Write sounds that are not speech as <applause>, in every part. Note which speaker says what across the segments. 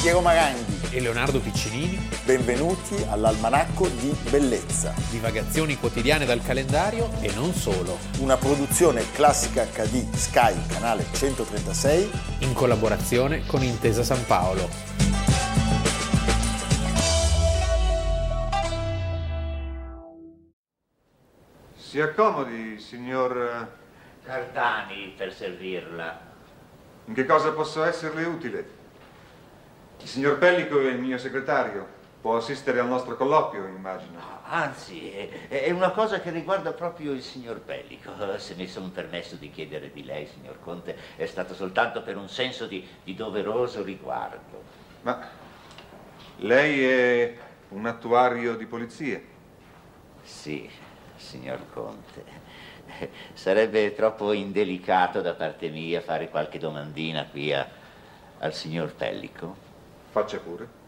Speaker 1: Piero Maranghi.
Speaker 2: e Leonardo Piccinini,
Speaker 1: Benvenuti all'Almanacco di Bellezza,
Speaker 2: divagazioni quotidiane dal calendario e non solo,
Speaker 1: una produzione classica HD Sky, canale 136.
Speaker 2: in collaborazione con Intesa San Paolo.
Speaker 3: Si accomodi, signor. eh,
Speaker 4: Cardani per servirla.
Speaker 3: In che cosa posso esserle utile? Il signor Pellico è il mio segretario. Può assistere al nostro colloquio, immagino.
Speaker 4: Anzi, è- è una cosa che riguarda proprio il signor Pellico. Se mi sono permesso di chiedere di lei, signor Conte, è stato soltanto per un senso di, di doveroso riguardo.
Speaker 3: Ma lei è un attuario di polizia.
Speaker 4: Sì, signor Conte. Sarebbe troppo indelicato da parte mia fare qualche domandina qui a- al signor Pellico.
Speaker 3: Faccia pure.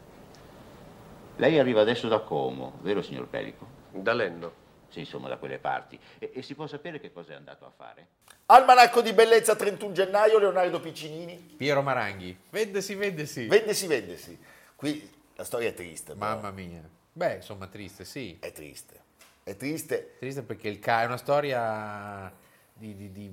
Speaker 4: Lei arriva adesso da Como, vero signor Pellico?
Speaker 5: Da Lenno.
Speaker 4: Sì, insomma, da quelle parti. E- e si può sapere che cosa è andato a fare?
Speaker 1: Almanacco di Bellezza 31 gennaio, Leonardo Piccinini.
Speaker 2: Piero Maranghi, vendesi, vendesi.
Speaker 1: Vendesi, vendesi. Qui la storia è triste. però.
Speaker 2: Mamma mia. Beh, insomma, triste, sì.
Speaker 1: È triste. È triste.
Speaker 2: Triste perché il ca- è una storia di, di- di-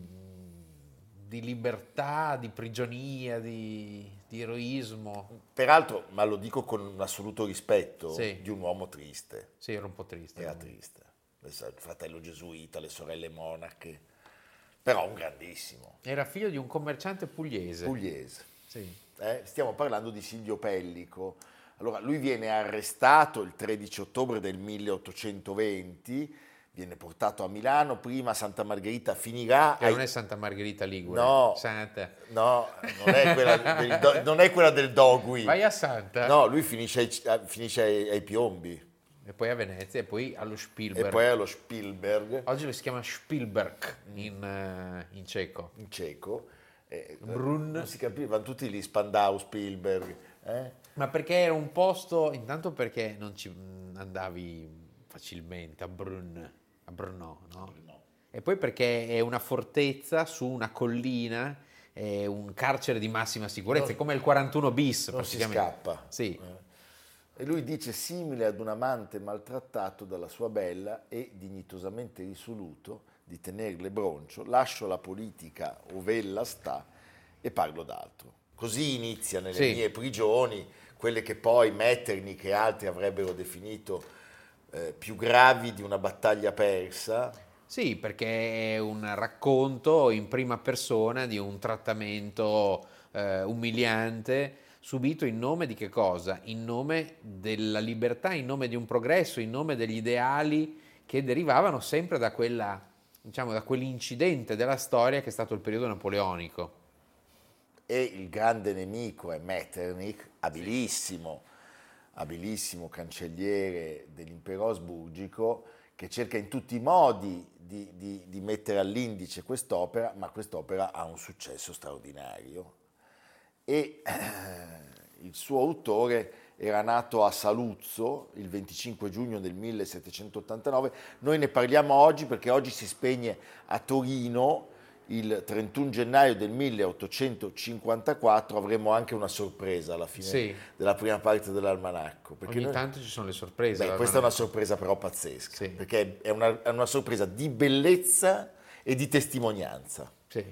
Speaker 2: di libertà, di prigionia, di, di eroismo.
Speaker 1: Peraltro, ma lo dico con un assoluto rispetto,
Speaker 2: Sì.
Speaker 1: di un uomo triste.
Speaker 2: Sì, era un po' triste.
Speaker 1: Era triste. Adesso ha Il fratello gesuita, le sorelle monache. Però un grandissimo.
Speaker 2: Era figlio di un commerciante pugliese.
Speaker 1: Pugliese.
Speaker 2: Sì.
Speaker 1: Eh, stiamo parlando di Silvio Pellico. Allora, lui viene arrestato il 13 ottobre del 1820, viene portato a Milano, prima a Santa Margherita finirà...
Speaker 2: Che
Speaker 1: ai-
Speaker 2: non è Santa Margherita Ligure.
Speaker 1: No.
Speaker 2: Santa.
Speaker 1: No, non è quella del, do- non è quella del Dogui.
Speaker 2: Vai a eh. Santa.
Speaker 1: No, lui finisce ai, a- finisce ai- ai piombi
Speaker 2: E poi a Venezia e poi allo Spielberg.
Speaker 1: e poi allo Spielberg,
Speaker 2: Oggi lo si chiama Spielberg in, eh, in ceco.
Speaker 1: in cieco. Eh,
Speaker 2: Brun.
Speaker 1: Non si capiva, vanno tutti lì, Spandau, Spielberg. eh?
Speaker 2: Ma perché era un posto, intanto perché non ci mm, andavi facilmente a Brun, a Brno, no? E poi perché è una fortezza su una collina, è un carcere di massima sicurezza, è come il 41 bis
Speaker 1: Non si
Speaker 2: praticamente.
Speaker 1: scappa. Eh.
Speaker 2: Sì,
Speaker 1: E lui dice simile ad un amante maltrattato dalla sua bella e dignitosamente risoluto di tenerle broncio, lascio la politica ovella sta e parlo d'altro. Così inizia nelle
Speaker 2: Sì.
Speaker 1: mie prigioni quelle che poi Metternich e altri avrebbero definito eh, più gravi di una battaglia persa.
Speaker 2: Sì, perché è un racconto in prima persona di un trattamento eh, umiliante subito in nome di che cosa? In nome della libertà, in nome di un progresso, in nome degli ideali che derivavano sempre da quella, diciamo, da quell'incidente della storia che è stato il periodo napoleonico.
Speaker 1: e il grande nemico è Metternich, abilissimo, abilissimo cancelliere dell'impero asburgico, che cerca in tutti i modi di, di- di mettere all'indice quest'opera, ma quest'opera ha un successo straordinario. E eh, il suo autore era nato a Saluzzo il 25 giugno del 1789. Noi ne parliamo oggi perché oggi si spegne a Torino il 31 gennaio del 1854. Avremo anche una sorpresa alla fine
Speaker 2: Sì.
Speaker 1: della prima parte dell'almanacco. perché
Speaker 2: Ogni
Speaker 1: noi-
Speaker 2: tanto ci sono le sorprese.
Speaker 1: Beh,
Speaker 2: allora,
Speaker 1: questa è
Speaker 2: non-
Speaker 1: una sorpresa però pazzesca,
Speaker 2: Sì.
Speaker 1: perché è una, è una sorpresa di bellezza e di testimonianza.
Speaker 2: Sì,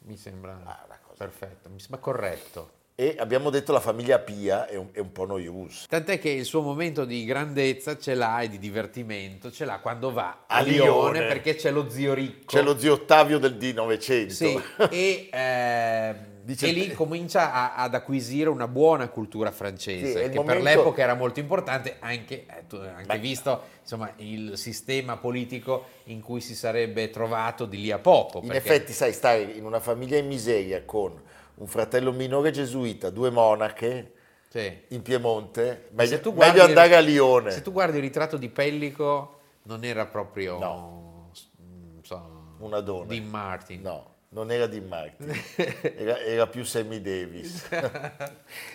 Speaker 2: mi sembra
Speaker 1: Ah, una cosa-
Speaker 2: perfetto, mi sembra corretto.
Speaker 1: E abbiamo detto la famiglia Pia è un, è un po' noiosa.
Speaker 2: Tant'è che il suo momento di grandezza ce l'ha e di divertimento ce l'ha quando va a,
Speaker 1: A
Speaker 2: Lione,
Speaker 1: Lione.
Speaker 2: perché c'è lo zio ricco.
Speaker 1: C'è lo zio Ottavio del di 900.
Speaker 2: Sì, e, ehm,
Speaker 1: Dice-
Speaker 2: e lì comincia a- ad acquisire una buona cultura
Speaker 1: Sì,
Speaker 2: francese,
Speaker 1: è il
Speaker 2: che per
Speaker 1: momento-
Speaker 2: l'epoca era molto importante, anche, eh, tu- anche
Speaker 1: Beh.
Speaker 2: visto insomma, il sistema politico in cui si sarebbe trovato di lì a poco.
Speaker 1: In
Speaker 2: perché-
Speaker 1: effetti, sai, stare in una famiglia in miseria con un fratello minore gesuita, due monache
Speaker 2: sì.
Speaker 1: in Piemonte,
Speaker 2: Se
Speaker 1: meglio,
Speaker 2: tu
Speaker 1: meglio
Speaker 2: guardi-
Speaker 1: andare a Lione.
Speaker 2: Se tu guardi il ritratto di Pellico, non era proprio...
Speaker 1: No.
Speaker 2: non so,
Speaker 1: Una donna.
Speaker 2: Dean Martin.
Speaker 1: No, non era di
Speaker 2: <laughs>
Speaker 1: Martin, era, era più Sammy Davis.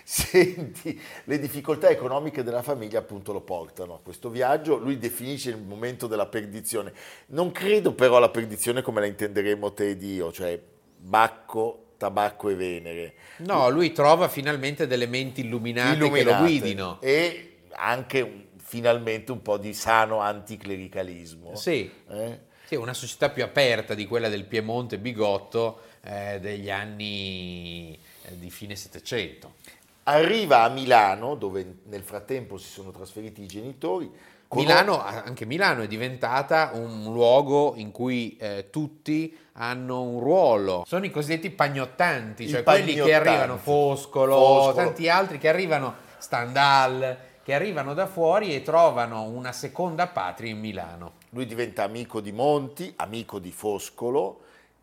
Speaker 1: Senti, le difficoltà economiche della famiglia appunto lo portano a questo viaggio, lui definisce il momento della perdizione. Non credo però alla perdizione come la intenderemo te ed io, cioè Bacco tabacco e venere.
Speaker 2: No, lui trova finalmente delle menti illuminate, che lo
Speaker 1: Illuminate.
Speaker 2: guidino.
Speaker 1: E anche un- finalmente un po' di sano anticlericalismo.
Speaker 2: Sì.
Speaker 1: Eh?
Speaker 2: Sì, una società più aperta di quella del Piemonte bigotto eh, degli anni eh, di fine Settecento.
Speaker 1: Arriva a Milano, dove nel frattempo si sono trasferiti i genitori. con-
Speaker 2: Milano, anche Milano è diventata un luogo in cui eh, tutti hanno un ruolo. Sono i cosiddetti pagnottanti, cioè
Speaker 1: I
Speaker 2: quelli che
Speaker 1: pagnottanti.
Speaker 2: arrivano Foscolo,
Speaker 1: Foscolo.
Speaker 2: tanti altri che arrivano Standal, che arrivano da fuori e trovano una seconda patria in Milano.
Speaker 1: Lui diventa amico di Monti, amico di Foscolo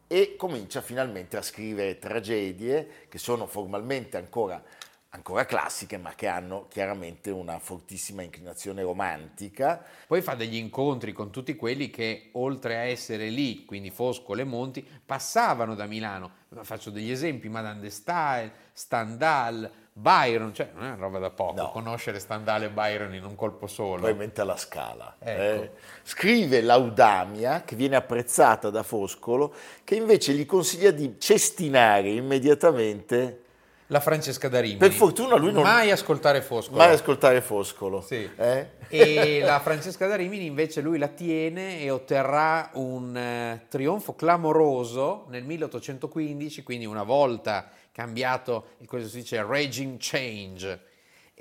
Speaker 1: e comincia finalmente a scrivere tragedie che sono formalmente ancora, ancora classiche, ma che hanno chiaramente una fortissima inclinazione romantica.
Speaker 2: Poi fa degli incontri con tutti quelli che, oltre a essere lì, quindi Foscolo e Monti, passavano da Milano. Ma Faccio degli esempi, Madame de Stael, Stendhal, Byron, cioè non è una roba da poco,
Speaker 1: No.
Speaker 2: conoscere Stendhal e Byron in un colpo solo.
Speaker 1: probabilmente alla Scala.
Speaker 2: Ecco.
Speaker 1: eh. Scrive Laudamia, che viene apprezzata da Foscolo, che invece gli consiglia di cestinare immediatamente,
Speaker 2: La Francesca da Rimini.
Speaker 1: Per fortuna lui non-
Speaker 2: Mai ascoltare Foscolo.
Speaker 1: mai ascoltare Foscolo.
Speaker 2: Sì.
Speaker 1: eh.
Speaker 2: E la Francesca da Rimini invece lui la tiene e otterrà un eh, trionfo clamoroso nel 1815, quindi una volta cambiato il cosa si dice regime change.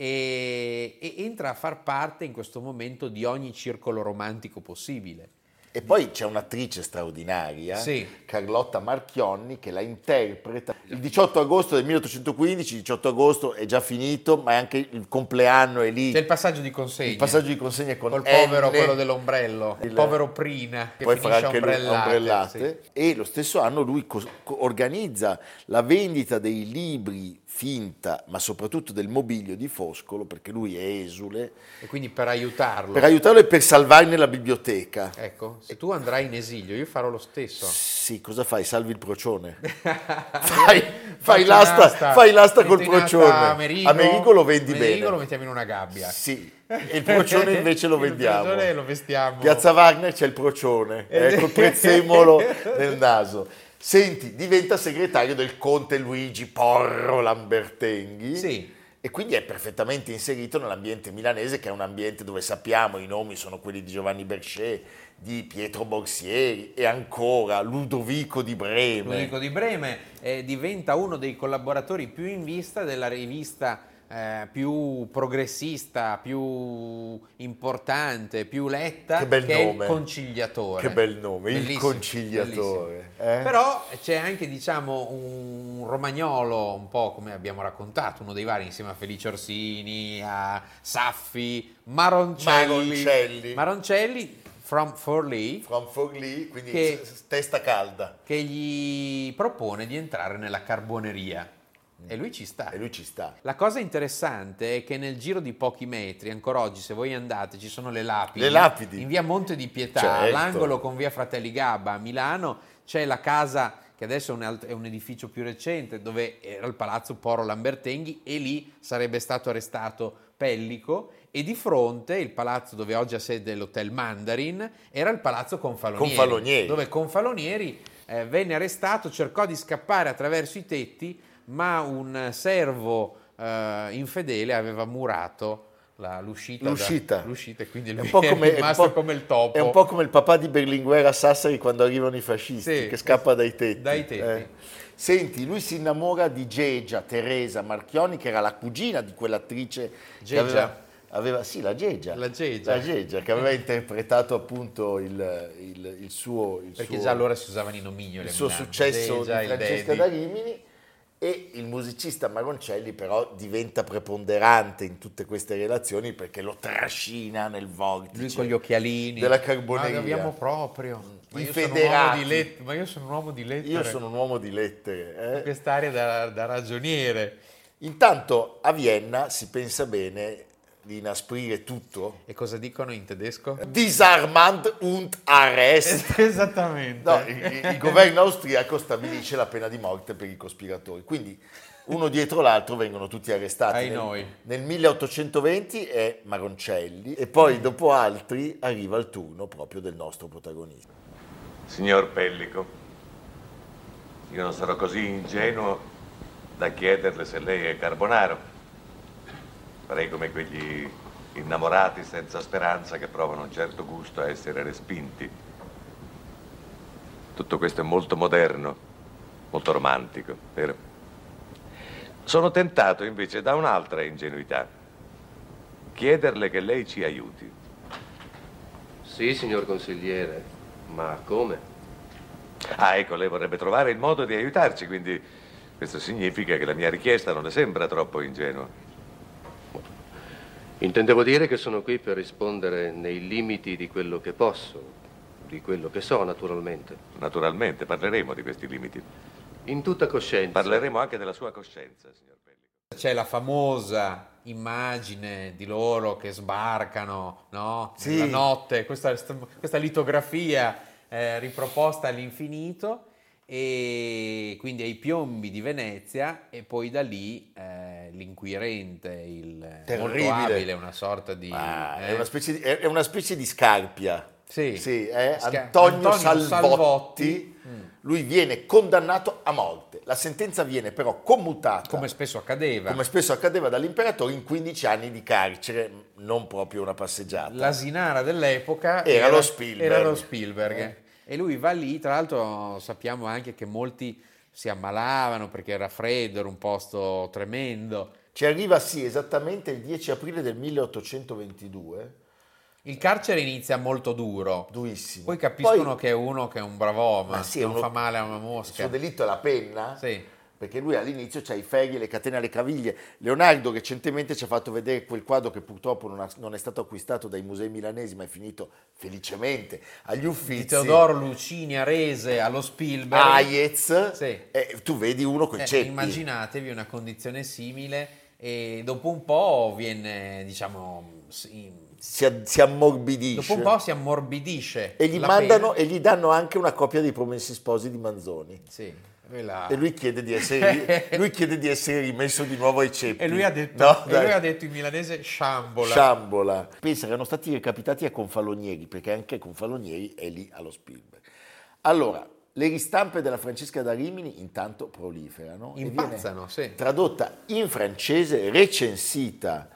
Speaker 2: E, e entra a far parte in questo momento di ogni circolo romantico possibile.
Speaker 1: E poi c'è un'attrice straordinaria,
Speaker 2: Sì.
Speaker 1: Carlotta Marchionni, che la interpreta. Il 18 agosto del 1815, il 18 agosto è già finito, ma è anche il compleanno è lì.
Speaker 2: C'è il passaggio di consegna.
Speaker 1: Il passaggio di consegna con
Speaker 2: col povero,
Speaker 1: N.
Speaker 2: quello dell'ombrello, il
Speaker 1: Il-
Speaker 2: povero Prina che
Speaker 1: poi farà
Speaker 2: finisce
Speaker 1: anche lui
Speaker 2: ombrellate.
Speaker 1: ombrellate.
Speaker 2: sì.
Speaker 1: E lo stesso anno lui cos- co- organizza la vendita dei libri finta, ma soprattutto del mobilio di Foscolo, perché lui è esule,
Speaker 2: E quindi per aiutarlo.
Speaker 1: per aiutarlo e per salvarne la biblioteca.
Speaker 2: Ecco, se tu andrai in esilio, io farò lo stesso.
Speaker 1: Sì, cosa fai? Salvi il
Speaker 2: <laughs>
Speaker 1: procione. Fai, fai
Speaker 2: Faccio
Speaker 1: l'asta,
Speaker 2: un'asta,
Speaker 1: fai l'asta
Speaker 2: metto
Speaker 1: col
Speaker 2: in asta
Speaker 1: procione.
Speaker 2: Amerigo,
Speaker 1: Amerigo lo vendi
Speaker 2: Amerigo
Speaker 1: bene.
Speaker 2: lo mettiamo in una gabbia.
Speaker 1: Sì, e il procione invece lo
Speaker 2: Il
Speaker 1: vendiamo.
Speaker 2: procione lo vestiamo.
Speaker 1: Piazza Wagner c'è il procione,
Speaker 2: Ed-
Speaker 1: eh, col
Speaker 2: <laughs>
Speaker 1: prezzemolo nel naso. Senti, diventa segretario del conte Luigi Porro Lambertenghi.
Speaker 2: Sì.
Speaker 1: E quindi è perfettamente inserito nell'ambiente milanese, che è un ambiente dove sappiamo i nomi sono quelli di Giovanni Berchet, di Pietro Borsieri e ancora Ludovico di Breme.
Speaker 2: Ludovico di Breme eh, diventa uno dei collaboratori più in vista della rivista eh, più progressista, più importante, più letta,
Speaker 1: Che bel
Speaker 2: è il
Speaker 1: nome.
Speaker 2: Conciliatore.
Speaker 1: Che bel nome, il Conciliatore,
Speaker 2: bellissimo.
Speaker 1: eh?
Speaker 2: Però c'è anche, diciamo, un romagnolo, un po' come abbiamo raccontato, uno dei vari, insieme a Felice Orsini, a Saffi, Maroncelli.
Speaker 1: Maroncelli.
Speaker 2: Maroncelli, from Forlì
Speaker 1: From Forlì, quindi
Speaker 2: Che-
Speaker 1: s- testa calda.
Speaker 2: che gli propone di entrare nella carboneria e lui ci sta.
Speaker 1: E lui ci sta.
Speaker 2: La cosa interessante è che nel giro di pochi metri, ancora oggi se voi andate, ci sono le lapidi.
Speaker 1: Le lapidi.
Speaker 2: In via Monte di Pietà,
Speaker 1: Certo.
Speaker 2: all'angolo con via Fratelli Gabba a Milano, c'è la casa che adesso è un, alt- è un edificio più recente dove era il palazzo Poro Lambertenghi e lì sarebbe stato arrestato Pellico e di fronte il palazzo dove oggi ha sede l'hotel Mandarin era il palazzo Confalonieri,
Speaker 1: Confalonieri.
Speaker 2: dove Confalonieri eh, venne arrestato, cercò di scappare attraverso i tetti ma un servo eh, infedele aveva murato la- l'uscita, da-
Speaker 1: L'uscita.
Speaker 2: l'uscita, e quindi
Speaker 1: È
Speaker 2: il
Speaker 1: un po' come,
Speaker 2: è rimasto
Speaker 1: è un po'-
Speaker 2: come il topo
Speaker 1: È un po' come il papà di Berlinguer a Sassari quando arrivano i fascisti,
Speaker 2: Sì,
Speaker 1: che scappa dai tetti. eh.
Speaker 2: dai tetti.
Speaker 1: Senti, lui si innamora di Gegia Teresa Marchioni, che era la cugina di quell'attrice
Speaker 2: Gegia.
Speaker 1: che aveva, aveva- Sì, la Gegia.
Speaker 2: La Gegia.
Speaker 1: La Gegia, che aveva interpretato appunto il, il- il suo... il
Speaker 2: perché
Speaker 1: suo-
Speaker 2: già allora si usavano i nomignoli
Speaker 1: il
Speaker 2: a
Speaker 1: suo
Speaker 2: Milano,
Speaker 1: successo
Speaker 2: Deja,
Speaker 1: di
Speaker 2: il
Speaker 1: Francesca
Speaker 2: Dedi.
Speaker 1: da Rimini e il musicista Maroncelli però diventa preponderante in tutte queste relazioni perché lo trascina nel vortice.
Speaker 2: lui con gli occhialini
Speaker 1: della eh. carboneria.
Speaker 2: ma abbiamo proprio ma
Speaker 1: I
Speaker 2: io, sono un uomo
Speaker 1: federati.
Speaker 2: di let- ma io sono un uomo di lettere
Speaker 1: Io sono un uomo di lettere. eh.
Speaker 2: quest'area da, da ragioniere
Speaker 1: Intanto a Vienna si pensa bene di inasprire tutto.
Speaker 2: e cosa dicono in tedesco?
Speaker 1: Eh. Disarmand und arrest.
Speaker 2: <laughs> esattamente
Speaker 1: No, il, il- il governo austriaco stabilisce la pena di morte per i cospiratori. Quindi uno dietro l'altro vengono tutti arrestati.
Speaker 2: Ai
Speaker 1: nel,
Speaker 2: noi.
Speaker 1: nel 1820 è Maroncelli e
Speaker 2: Mm.
Speaker 1: poi dopo altri arriva il turno proprio del nostro protagonista.
Speaker 3: Signor Pellico,
Speaker 5: Io non sarò così ingenuo da chiederle se lei è carbonaro. Farei come quegli innamorati senza speranza che provano un certo gusto a essere respinti. Tutto questo è molto moderno, molto romantico, vero? Sono tentato invece da un'altra ingenuità. Chiederle che lei ci aiuti.
Speaker 6: Sì, signor consigliere, ma come?
Speaker 5: Ah, ecco, lei vorrebbe trovare il modo di aiutarci, quindi questo significa che la mia richiesta non le sembra troppo ingenua.
Speaker 6: Intendevo dire che sono qui per rispondere nei limiti di quello che posso, di quello che so, naturalmente.
Speaker 5: Naturalmente, parleremo di questi limiti.
Speaker 6: In tutta coscienza.
Speaker 5: Parleremo anche della sua coscienza, signor Pellico.
Speaker 2: C'è la famosa immagine di loro che sbarcano, no?
Speaker 1: Sì.
Speaker 2: Nella notte, questa, questa litografia eh, riproposta all'infinito e quindi ai piombi di Venezia e poi da lì eh, l'inquirente, il
Speaker 1: Terribile.
Speaker 2: molto abile, una sorta di...
Speaker 1: Ah,
Speaker 2: eh,
Speaker 1: è, una specie di, è- è una specie di scarpia.
Speaker 2: Sì.
Speaker 1: è
Speaker 2: Sca-
Speaker 1: Antonio,
Speaker 2: Antonio
Speaker 1: Salvotti.
Speaker 2: Salvotti. Mm.
Speaker 1: Lui viene condannato a morte. La sentenza viene però commutata,
Speaker 2: come spesso accadeva.
Speaker 1: come spesso accadeva dall'imperatore, in 15 anni di carcere, non proprio una passeggiata.
Speaker 2: L'asinara dell'epoca
Speaker 1: Era lo Spielberg.
Speaker 2: era lo Spielberg.
Speaker 1: Eh.
Speaker 2: E lui va lì, tra l'altro sappiamo anche che molti si ammalavano perché era freddo, era un posto tremendo.
Speaker 1: Ci arriva, sì, esattamente il 10 aprile del 1822,
Speaker 2: Il carcere inizia molto duro,
Speaker 1: durissimo.
Speaker 2: poi capiscono
Speaker 1: Poi
Speaker 2: che è uno che è un brav'uomo,
Speaker 1: Ma sì, è
Speaker 2: non
Speaker 1: uno-
Speaker 2: fa male a una
Speaker 1: il suo
Speaker 2: mosca.
Speaker 1: delitto è la penna,
Speaker 2: Sì.
Speaker 1: perché lui all'inizio c'ha i ferri, le catene alle caviglie. Leonardo recentemente ci ha fatto vedere quel quadro che purtroppo non, ha- non è stato acquistato dai musei milanesi, ma è finito felicemente agli
Speaker 2: Di
Speaker 1: uffizi.
Speaker 2: Teodoro Lucini Arese allo Spielberg. eh,
Speaker 1: Aiez,
Speaker 2: Sì.
Speaker 1: e tu vedi uno con i
Speaker 2: Eh,
Speaker 1: ceppi.
Speaker 2: immaginatevi una condizione simile e dopo un po' viene, diciamo, si-
Speaker 1: si, a- si ammorbidisce.
Speaker 2: dopo un po' si ammorbidisce.
Speaker 1: e gli
Speaker 2: la
Speaker 1: mandano
Speaker 2: pena.
Speaker 1: e gli danno anche una copia dei promessi sposi di Manzoni.
Speaker 2: Sì, quella-
Speaker 1: E lui chiede di
Speaker 2: <laughs>
Speaker 1: essere, lui chiede di essere rimesso di nuovo ai ceppi.
Speaker 2: E lui ha detto,
Speaker 1: No,
Speaker 2: e
Speaker 1: dai.
Speaker 2: lui ha detto in milanese sciambola.
Speaker 1: Sciambola. Pensa che erano stati recapitati a Confalonieri, perché anche Confalonieri è lì allo Spielberg. Allora, le ristampe della Francesca da Rimini intanto proliferano. e
Speaker 2: Impazzano,
Speaker 1: viene
Speaker 2: sì.
Speaker 1: Tradotta in francese, recensita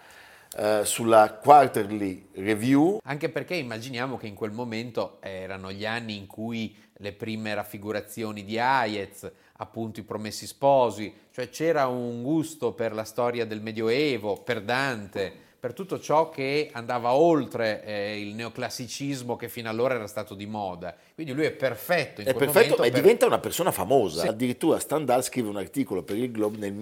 Speaker 1: eh, sulla Quarterly Review.
Speaker 2: Anche perché immaginiamo che in quel momento erano gli anni in cui le prime raffigurazioni di Hayez, appunto i promessi sposi, cioè c'era un gusto per la storia del Medioevo, per Dante, per tutto ciò che andava oltre eh, il neoclassicismo che fino allora era stato di moda. Quindi lui è perfetto in
Speaker 1: È
Speaker 2: quel
Speaker 1: perfetto,
Speaker 2: momento
Speaker 1: ma
Speaker 2: per-
Speaker 1: diventa una persona famosa. Addirittura Stendhal scrive un articolo per il Globe nel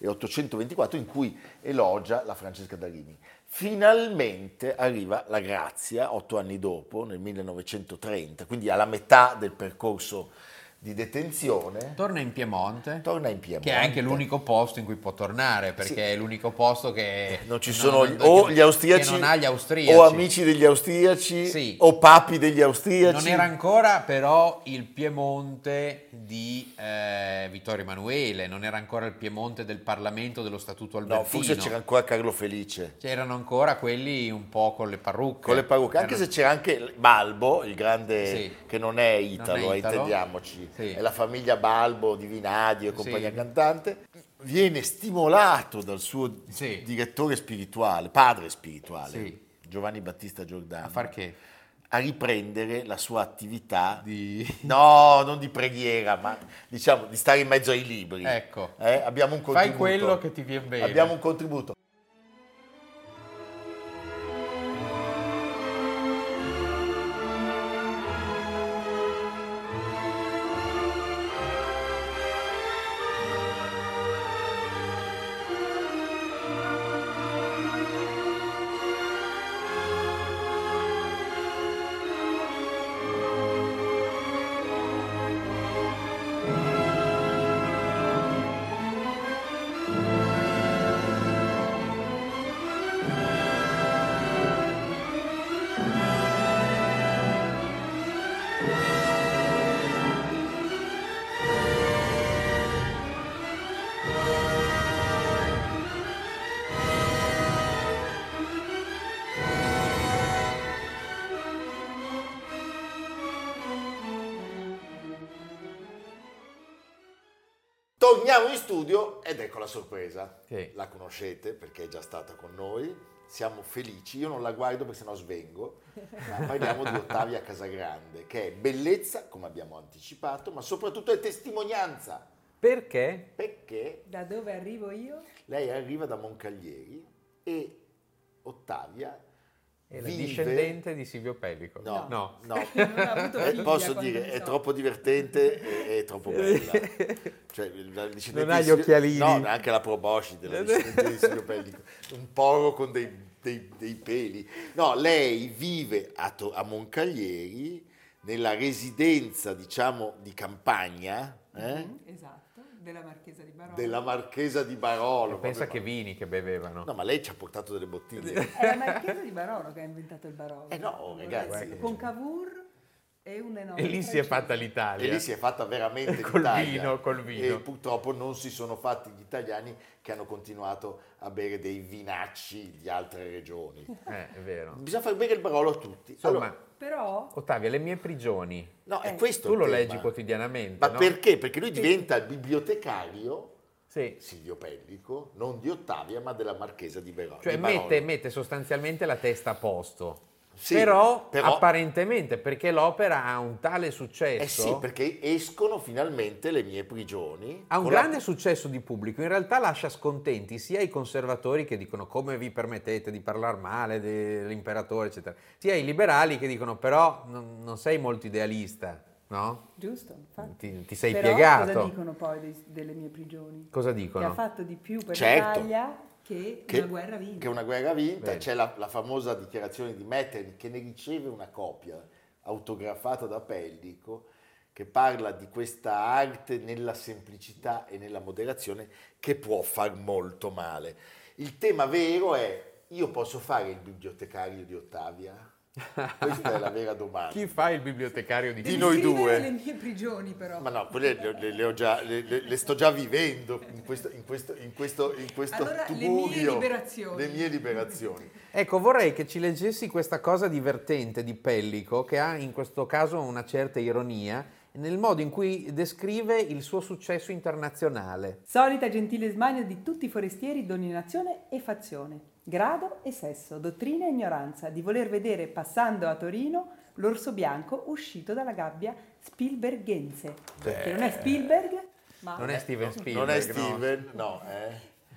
Speaker 1: 1824 in cui elogia la Francesca da Rimini. Finalmente arriva la grazia, otto anni dopo, nel 1930, quindi alla metà del percorso di detenzione,
Speaker 2: Torna in Piemonte.
Speaker 1: torna in Piemonte.
Speaker 2: Che è anche l'unico posto in cui può tornare, perché
Speaker 1: Sì.
Speaker 2: è l'unico posto che
Speaker 1: Non ci
Speaker 2: che
Speaker 1: sono
Speaker 2: non-
Speaker 1: o
Speaker 2: che-
Speaker 1: gli austriaci,
Speaker 2: che non ha gli austriaci.
Speaker 1: o amici degli austriaci,
Speaker 2: Sì.
Speaker 1: o papi degli austriaci.
Speaker 2: Non era ancora però il Piemonte di eh, Vittorio Emanuele, non era ancora il Piemonte del Parlamento dello Statuto
Speaker 1: No,
Speaker 2: Albertino.
Speaker 1: forse c'era ancora Carlo Felice.
Speaker 2: C'erano ancora quelli un po' con le parrucche.
Speaker 1: con le parrucche, anche
Speaker 2: Erano-
Speaker 1: se c'era anche Balbo, il grande
Speaker 2: Eh, Sì.
Speaker 1: che non è italo,
Speaker 2: Non è
Speaker 1: eh,
Speaker 2: italo.
Speaker 1: intendiamoci,
Speaker 2: Sì.
Speaker 1: è la famiglia Balbo di Vinadio e compagnia
Speaker 2: Sì.
Speaker 1: cantante, viene stimolato dal suo
Speaker 2: Sì.
Speaker 1: direttore spirituale, padre spirituale,
Speaker 2: Sì.
Speaker 1: Giovanni Battista Giordano,
Speaker 2: A far che?
Speaker 1: a riprendere la sua attività
Speaker 2: Di-
Speaker 1: <laughs> No, non di preghiera, ma diciamo di stare in mezzo ai libri.
Speaker 2: Ecco.
Speaker 1: Eh, abbiamo un
Speaker 2: Fai
Speaker 1: contributo.
Speaker 2: quello che ti viene bene.
Speaker 1: Abbiamo un contributo. torniamo in studio ed ecco la sorpresa.
Speaker 2: Sì.
Speaker 1: La conoscete perché è già stata con noi. Siamo felici, io non la guardo perché sennò svengo, ma parliamo di Ottavia Casagrande, che è bellezza, come abbiamo anticipato, ma soprattutto è testimonianza,
Speaker 2: Perché?
Speaker 1: perché
Speaker 7: Da dove arrivo io?
Speaker 1: lei arriva da Moncaglieri e Ottavia
Speaker 2: È la
Speaker 1: vive-
Speaker 2: discendente di Silvio Pellico.
Speaker 1: No, no,
Speaker 7: Non ha avuto
Speaker 1: Eh,
Speaker 7: figlia,
Speaker 1: posso
Speaker 7: quando
Speaker 1: dire,
Speaker 7: mi
Speaker 1: è
Speaker 7: so.
Speaker 1: troppo divertente e, e troppo
Speaker 7: <laughs>
Speaker 1: bella. Cioè, la discendente
Speaker 2: Non ha
Speaker 1: di
Speaker 2: gli
Speaker 1: Silvio-
Speaker 2: occhialini.
Speaker 1: No, anche la proboscide, della discendente di Silvio Pellico. Un poro con dei, dei- dei peli. No, lei vive a, To- a Moncaglieri, nella residenza, diciamo, di campagna eh,
Speaker 7: Mm, Esatto, della Marchesa di Barolo.
Speaker 1: della Marchesa di Barolo.
Speaker 2: Pensa
Speaker 1: proprio-
Speaker 2: che vini che bevevano.
Speaker 1: No, ma lei ci ha portato delle
Speaker 7: <laughs>
Speaker 1: bottiglie.
Speaker 7: È la Marchesa di Barolo che ha inventato il Barolo.
Speaker 1: Eh no, ragazzi.
Speaker 7: Con Cavour e un enorme...
Speaker 2: E lì si è fatta
Speaker 1: E
Speaker 2: l'Italia.
Speaker 1: lì si è fatta veramente
Speaker 2: <laughs> Col
Speaker 1: l'Italia.
Speaker 2: vino, col vino.
Speaker 1: E purtroppo non si sono fatti gli italiani che hanno continuato a bere dei vinacci di altre regioni.
Speaker 2: <laughs> Eh, è vero.
Speaker 1: Bisogna far bere il Barolo a tutti.
Speaker 2: Insomma,
Speaker 1: Allora,
Speaker 7: Però
Speaker 2: Ottavia, le mie prigioni.
Speaker 1: no, è
Speaker 7: eh,
Speaker 1: questo
Speaker 2: Tu
Speaker 1: il
Speaker 2: lo
Speaker 1: tema.
Speaker 2: leggi quotidianamente,
Speaker 1: Ma
Speaker 2: no?
Speaker 1: perché? Perché lui diventa il bibliotecario
Speaker 2: Sì.
Speaker 1: Silvio Pellico, non di Ottavia, ma della Marchesa di Verona.
Speaker 2: Cioè
Speaker 1: di Barolo.
Speaker 2: mette, mette sostanzialmente la testa a posto.
Speaker 1: Sì,
Speaker 2: però,
Speaker 1: però-
Speaker 2: apparentemente, perché l'opera ha un tale successo,
Speaker 1: Eh sì, perché escono finalmente le mie prigioni.
Speaker 2: ha un
Speaker 1: con la-
Speaker 2: grande successo di pubblico, in realtà lascia scontenti sia i conservatori che dicono come vi permettete di parlare male dell'imperatore, eccetera, sia i liberali che dicono però non, non sei molto idealista, no?
Speaker 7: Giusto, infatti.
Speaker 2: Ti, ti sei
Speaker 7: Però
Speaker 2: piegato.
Speaker 7: Cosa dicono poi dei- delle mie prigioni?
Speaker 2: Cosa
Speaker 7: Che
Speaker 2: dicono?
Speaker 7: ha fatto di più per
Speaker 1: Certo.
Speaker 7: l'Italia che,
Speaker 1: che,
Speaker 7: una guerra vinta.
Speaker 1: che una guerra vinta,
Speaker 2: Bene.
Speaker 1: c'è la, la famosa dichiarazione di Metternich che ne riceve una copia autografata da Pellico che parla di questa arte nella semplicità e nella moderazione che può far molto male. Il tema vero è io posso fare il bibliotecario di Ottavia? Questa è la vera domanda.
Speaker 2: <laughs> Chi fa il bibliotecario di
Speaker 1: Di
Speaker 7: Devi
Speaker 1: noi due.
Speaker 7: scrivere le mie prigioni però.
Speaker 1: Ma no, quelle le, le- le ho già- le- le- le sto già vivendo in questo, in questo, in questo, in questo
Speaker 7: Allora, le mie
Speaker 1: tugurio.
Speaker 7: liberazioni.
Speaker 1: Le mie liberazioni.
Speaker 2: Ecco, vorrei che ci leggessi questa cosa divertente di Pellico, che ha in questo caso una certa ironia, nel modo in cui descrive il suo successo internazionale.
Speaker 7: Solita gentile smania di tutti i forestieri d'ogni nazione e fazione, grado e sesso, dottrina e ignoranza, di voler vedere passando a Torino l'orso bianco uscito dalla gabbia Spielbergense, che non è Spielberg, ma,
Speaker 2: Non è Steven Spielberg,
Speaker 1: non è
Speaker 2: no?
Speaker 1: Steven, no. eh.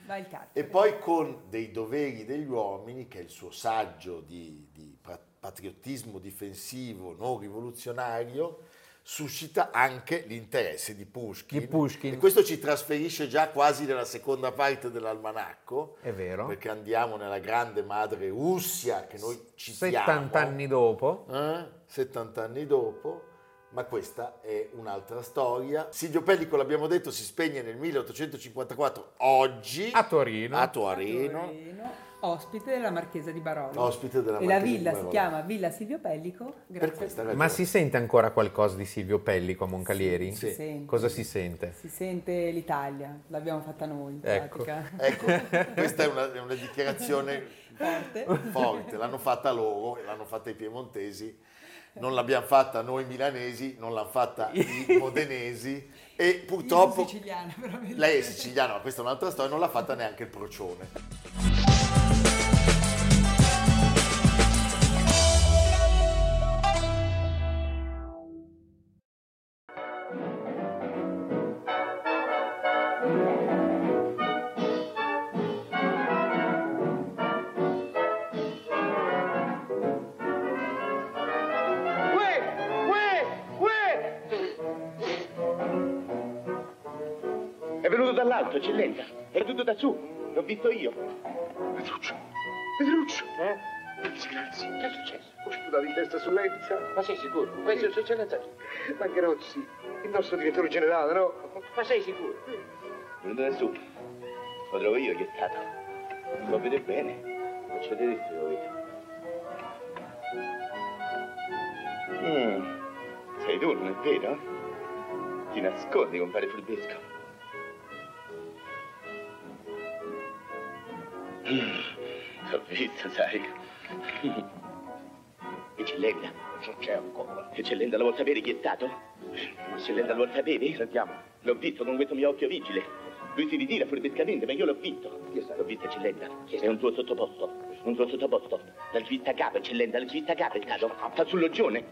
Speaker 7: ma il cazzo.
Speaker 1: E poi con Dei doveri degli uomini, che è il suo saggio di, di pra- patriottismo difensivo non rivoluzionario, suscita anche l'interesse di Pushkin.
Speaker 2: Di Pushkin.
Speaker 1: E questo ci trasferisce già quasi nella seconda parte dell'almanacco.
Speaker 2: È vero.
Speaker 1: Perché andiamo nella grande madre Russia che noi citiamo.
Speaker 2: 70 anni dopo.
Speaker 1: Eh? 70 anni dopo, ma questa è un'altra storia. Silvio Pellico, l'abbiamo detto, si spegne nel 1854, oggi
Speaker 2: A Torino.
Speaker 1: a Torino.
Speaker 7: Torino, ospite della Marchesa di Barolo.
Speaker 1: Ospite della
Speaker 7: e la
Speaker 1: Marchesa di
Speaker 7: villa si
Speaker 1: Barolo.
Speaker 7: chiama Villa Silvio Pellico,
Speaker 1: Per
Speaker 7: grazie
Speaker 1: questa
Speaker 7: a
Speaker 1: ragione.
Speaker 2: Ma si sente ancora qualcosa di Silvio Pellico a Moncalieri?
Speaker 7: Sì, si sente.
Speaker 2: Cosa si sente?
Speaker 7: Si sente l'Italia, l'abbiamo fatta noi in
Speaker 2: Ecco.
Speaker 7: pratica.
Speaker 1: Ecco, questa è una, è una dichiarazione
Speaker 7: <laughs> Forte.
Speaker 1: forte, l'hanno fatta loro, e l'hanno fatta i piemontesi, non l'abbiamo fatta noi milanesi, non l'hanno fatta
Speaker 7: <laughs>
Speaker 1: i modenesi e
Speaker 7: Io sono
Speaker 1: purtroppo
Speaker 7: siciliana, veramente.
Speaker 1: lei è siciliana, ma questa è un'altra storia, non l'ha fatta neanche il procione.
Speaker 8: È venuto dall'alto, eccellenza. È venuto da su. L'ho visto io.
Speaker 9: Petruccio. Petruccio.
Speaker 8: Eh?
Speaker 9: Disgrazi.
Speaker 8: Che è successo?
Speaker 9: Ho sputato in testa sull'Elsa.
Speaker 8: Ma sei sicuro? Questo è successo?
Speaker 9: Ma Grozzi, il nostro direttore generale, no?
Speaker 8: Ma sei sicuro?
Speaker 9: È venuto da su. Lo trovo io che è stato. Lo vede bene. Non c'è detto che lo vedo. Mm. Sei tu, non è vero? Ti nascondi, compare Fulvesco. Mm. L'ho visto, sai. <laughs>
Speaker 8: Eccellenza, braccio c'è ancora.
Speaker 9: E Cellenda lo vuol sapere chi è stato? Cellenda lo vuol sapere?
Speaker 8: Sentiamo.
Speaker 9: L'ho visto con questo mio occhio vigile. Lui si ritira furbescamente, ma io l'ho visto.
Speaker 8: Chi è stato?
Speaker 9: L'ho visto Cellenda. È un tuo sottoposto. Un tuo sottoposto. Dal città capo, Cellenda, dal città capo è stato. Sta sul loggione.